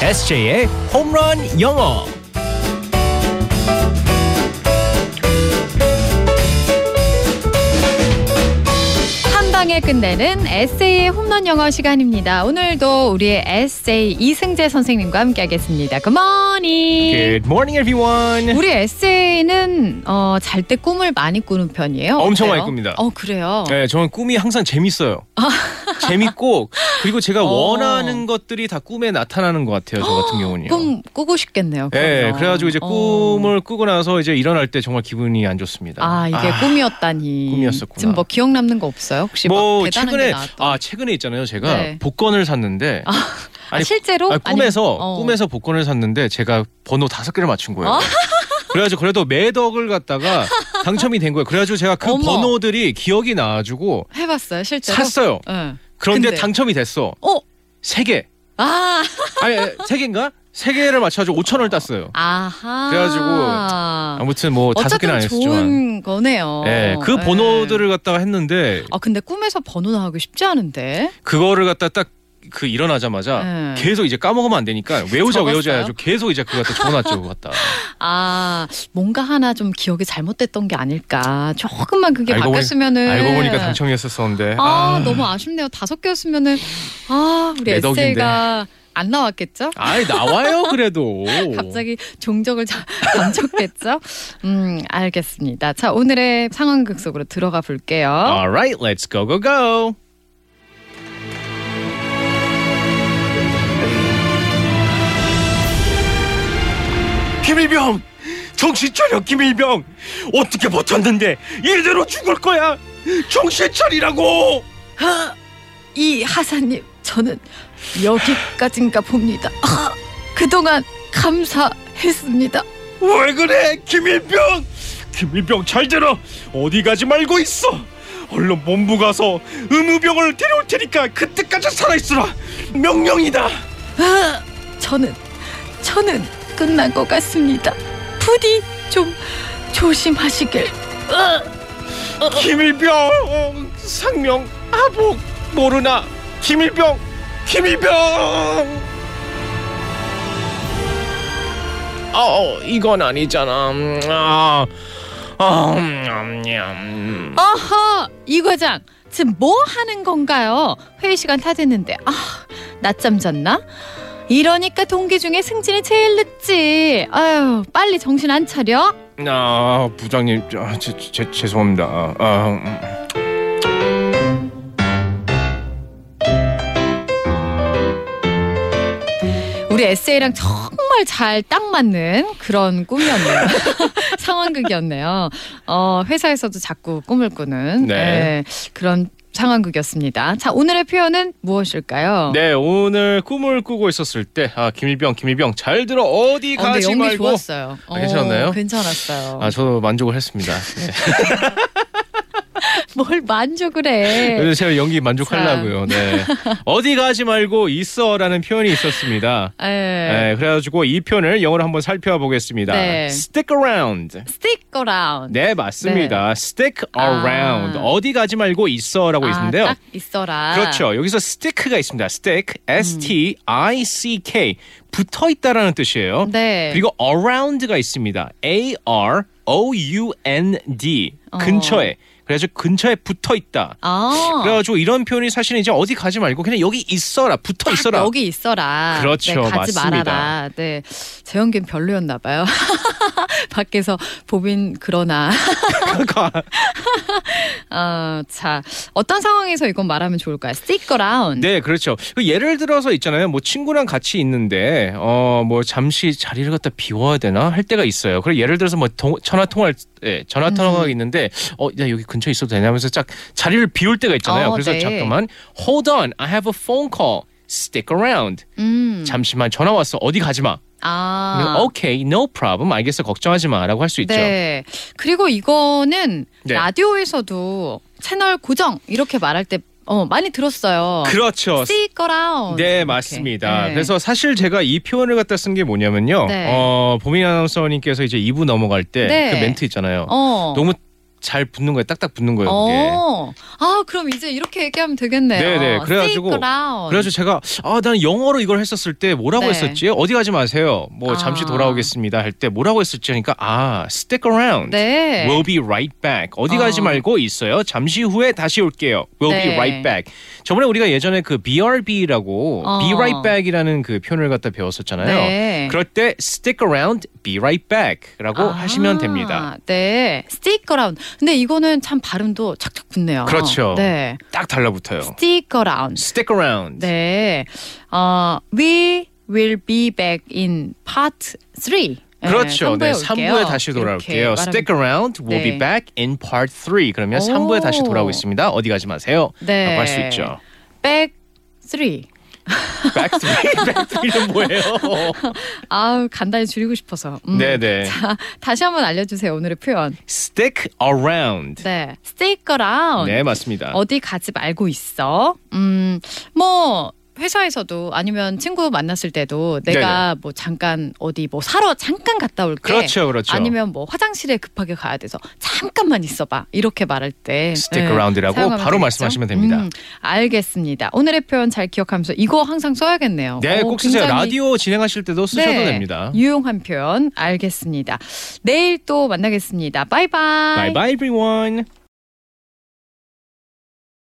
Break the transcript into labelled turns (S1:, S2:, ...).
S1: SJ의 홈런 영어.
S2: 한 방에 끝내는 에세이의 홈런 영어 시간입니다. 오늘도 우리의 에세이 이승재 선생님과 함께하겠습니다. 굿모닝.
S1: Good morning, everyone.
S2: 예. 우리 에세이는 어, 잘 때 꿈을 많이 꾸는 편이에요.
S1: 엄청
S2: 어때요?
S1: 많이 꿉니다.
S2: 어 그래요.
S1: 네, 저는 꿈이 항상 재밌어요. 재밌고 그리고 제가
S2: 어.
S1: 원하는 것들이 다 꿈에 나타나는 것 같아요. 저 같은 경우는요.
S2: 꿈 꾸고 싶겠네요.
S1: 예,
S2: 그러면.
S1: 그래가지고 이제
S2: 어.
S1: 꿈을 꾸고 나서 이제 일어날 때 정말 기분이 안 좋습니다.
S2: 아 이게 꿈이었다니.
S1: 꿈이었었구나.
S2: 지금 뭐 기억 남는 거 없어요? 혹시 막
S1: 뭐
S2: 대단한 게
S1: 최근에
S2: 나왔던.
S1: 아 최근에 있잖아요. 제가
S2: 네.
S1: 복권을 샀는데
S2: 아,
S1: 아니,
S2: 실제로?
S1: 아, 꿈에서
S2: 아니면- 어.
S1: 꿈에서 복권을 샀는데 제가 번호 다섯 개를 맞춘 거예요.
S2: 어?
S1: 그래가지고 그래도 매덕을 갖다가 당첨이 된 거예요. 그래가지고 제가 그
S2: 어머.
S1: 번호들이 기억이 나가지고
S2: 해봤어요 실제로.
S1: 샀어요.
S2: 예.
S1: 그런데
S2: 근데?
S1: 당첨이 됐어.
S2: 어?
S1: 세 개.
S2: 아
S1: 아니 세 개인가? 세 개를 맞춰가지고 5천 원을 땄어요.
S2: 아하.
S1: 그래가지고 아무튼 뭐 다섯 개는
S2: 어쨌든
S1: 안 했지만.
S2: 좋은 거네요.
S1: 예, 그
S2: 예.
S1: 번호들을 갖다가 했는데
S2: 아 근데 꿈에서 번호 나오기 쉽지 않은데.
S1: 그거를 갖다 딱 그 일어나자마자
S2: 네.
S1: 계속 이제 까먹으면 안 되니까 외우자
S2: 적었어요?
S1: 외우자 해가지고 계속 이제 그거 갖다 적어놨죠 그거 갖다
S2: 아 뭔가 하나 좀 기억이 잘못됐던 게 아닐까. 조금만 그게
S1: 알고 보니-
S2: 바뀌었으면은.
S1: 알고 보니까 당첨이었었었는데
S2: 아, 너무 아쉽네요. 다섯 개였으면은 아 우리
S1: 내 덕인데.
S2: 에세이가 안 나왔겠죠?
S1: 아이 나와요 그래도
S2: 갑자기 종적을 자- 감췄겠죠? 음, 알겠습니다. 자, 오늘의 상황극 속으로 들어가 볼게요.
S1: Alright let's go go go 김일병 정신 차려 김일병 어떻게 버텼는데 이대로 죽을 거야 정신 차리라고
S2: 하, 이 하사님, 저는 여기까지인가 봅니다. 아, 그동안 감사했습니다.
S1: 왜 그래 김일병 김일병 잘 들어 어디 가지 말고 있어 얼른 본부 가서 의무병을 데려올 테니까 그때까지 살아있으라 명령이다
S2: 아, 저는 저는 끝난 것 같습니다. 부디 좀 조심하시길. 아,
S1: 김일병 상명 하복 모르나 김일병 김일병 어 이건 아니잖아 음, 아, 아, 음, 음, 음.
S2: 아하, 이 과장 지금 뭐 하는 건가요? 회의 시간 다 됐는데 아 낮잠 잤나? 이러니까 동기 중에 승진이 제일 늦지. 아유, 빨리 정신 안 차려.
S1: 아 부장님 아, 제, 제, 죄송합니다 아, 아, 음.
S2: 우리 에세이랑 정말 잘 딱 맞는 그런 꿈이었네요. 상황극이었네요. 어, 회사에서도 자꾸 꿈을 꾸는
S1: 네.
S2: 예, 그런 상황극이었습니다. 자, 오늘의 표현은 무엇일까요?
S1: 네 오늘 꿈을 꾸고 있었을 때 아 김일병 김일병 잘 들어 어디
S2: 어, 근데
S1: 가지
S2: 연기
S1: 말고
S2: 좋았어요.
S1: 아, 괜찮았나요?
S2: 어, 괜찮았어요.
S1: 아 저도 만족을 했습니다 네.
S2: 뭘 만족을 해.
S1: 그래서 제가 연기 만족하려고요 네 어디 가지 말고 있어라는 표현이 있었습니다
S2: 예.
S1: 네, 그래가지고 이 표현을 영어로 한번 살펴보겠습니다
S2: 네.
S1: stick around
S2: Stick around.
S1: 네 맞습니다 stick
S2: 아.
S1: around 어디 가지 말고 있어라고 있는데요
S2: 아, 딱 있어라.
S1: 그렇죠. 여기서 stick가 있습니다. stick, s t i c k 붙어 있다라는 뜻이에요.
S2: 네.
S1: 그리고 around가 있습니다. a r o u n d
S2: 어.
S1: 근처에. 그래서 근처에 붙어 있다.
S2: 아.
S1: 그래가지고 이런 표현이 사실은 이제 어디 가지 말고 그냥 여기 있어라, 붙어
S2: 딱
S1: 있어라.
S2: 여기 있어라.
S1: 그렇죠.
S2: 네, 가지
S1: 맞습니다.
S2: 말아라. 네. 재현긴 별로였나 봐요. 밖에서 보빈 그러나. 어, 자, 어떤 상황에서 이건 말하면 좋을까요? Stick around.
S1: 네, 그렇죠. 그 예를 들어서 있잖아요. 뭐 친구랑 같이 있는데 어 뭐 잠시 자리를 갖다 비워야 되나 할 때가 있어요. 그래 예를 들어서 뭐 동- 전화 통화 예, 전화 통화가
S2: 음.
S1: 있는데 어야 여기 근처에 있어도 되냐면서 쫙 자리를 비울 때가 있잖아요.
S2: 어,
S1: 그래서
S2: 네.
S1: 잠깐만 hold on, I have a phone call. Stick around.
S2: 음.
S1: 잠시만 어, 전화 왔어. 어디 가지 마.
S2: 아.
S1: Okay, no problem. 알겠어. 걱정하지 마라고 할 수 있죠.
S2: 네. 그리고 이거는
S1: 네.
S2: 라디오에서도 채널 고정 이렇게 말할 때 어, 많이 들었어요.
S1: 그렇죠.
S2: Stick around.
S1: 네
S2: 어, 이렇게.
S1: 맞습니다.
S2: 네.
S1: 그래서 사실 제가 이 표현을 갖다 쓴 게 뭐냐면요.
S2: 네.
S1: 어 보민 아나운서님께서 이제 2부 넘어갈 때 그
S2: 네.
S1: 멘트 있잖아요.
S2: 어.
S1: 너무 잘 붙는 거예요. 딱딱 붙는 거예요. 그게.
S2: 어. 아 그럼 이제 이렇게 얘기하면 되겠네요.
S1: 네네, 그래가지고-
S2: Stick around.
S1: 그래서 제가 아 나는 영어로 이걸 했었을 때 뭐라고
S2: 어. 네.
S1: 했었지? 어디 가지 마세요. 뭐
S2: 아.
S1: 잠시 돌아오겠습니다 할 때 뭐라고 했었지 하니까 아 stick around.
S2: 네.
S1: We'll be right back. 어디 가지
S2: 어.
S1: 말고 있어요. 잠시 후에 다시 올게요. We'll be
S2: 네.
S1: right back. 저번에 우리가 예전에 그 BRB라고
S2: 어.
S1: be right back이라는 그 표현을 갖다 배웠었잖아요.
S2: 네.
S1: 그럴 때 stick around, be right back라고
S2: 아,
S1: 하시면 됩니다.
S2: 네, stick around. 근데 이거는 참 발음도 착착 붙네요.
S1: 그렇죠.
S2: 네,
S1: 딱 달라붙어요.
S2: stick around.
S1: Stick around.
S2: 네, 어, we will be back in part 3.
S1: 그렇죠. 네, 3부에 다시 돌아올게요. Stick around. We'll
S2: 네.
S1: be back in part 3. 그러면
S2: 오.
S1: 3부에 다시 돌아오겠습니다. 어디 가지 마세요.
S2: 네.
S1: 라고 할 수 있죠.
S2: back 3.
S1: Back 3. Back 3는 뭐예요?
S2: 아우, 간단히 줄이고 싶어서. 음.
S1: 네, 네.
S2: 자, 다시 한번 알려주세요. 오늘의 표현.
S1: Stick around.
S2: 네, stick around.
S1: 네, 맞습니다.
S2: 어디 가지 말고 있어. 음, 뭐 회사에서도 아니면 친구 만났을 때도 내가 뭐 잠깐 어디 뭐 사러 잠깐 갔다 올게.
S1: 네, 그렇죠. 그렇죠.
S2: 아니면 뭐 화장실에 급하게 가야 돼서 잠깐만 있어봐 이렇게 말할 때
S1: Stick
S2: 네,
S1: around이라고
S2: 사용하면
S1: 바로 말씀하시면 됩니다.
S2: 음, 알겠습니다. 오늘의 표현 잘 기억하면서 이거 항상 써야겠네요.
S1: 네,
S2: 어,
S1: 꼭 쓰세요.
S2: 굉장히
S1: 라디오 진행하실 때도 쓰셔도
S2: 네,
S1: 됩니다.
S2: 유용한 표현 알겠습니다. 내일 또 만나겠습니다.
S1: Bye
S2: 바이바이.
S1: bye everyone.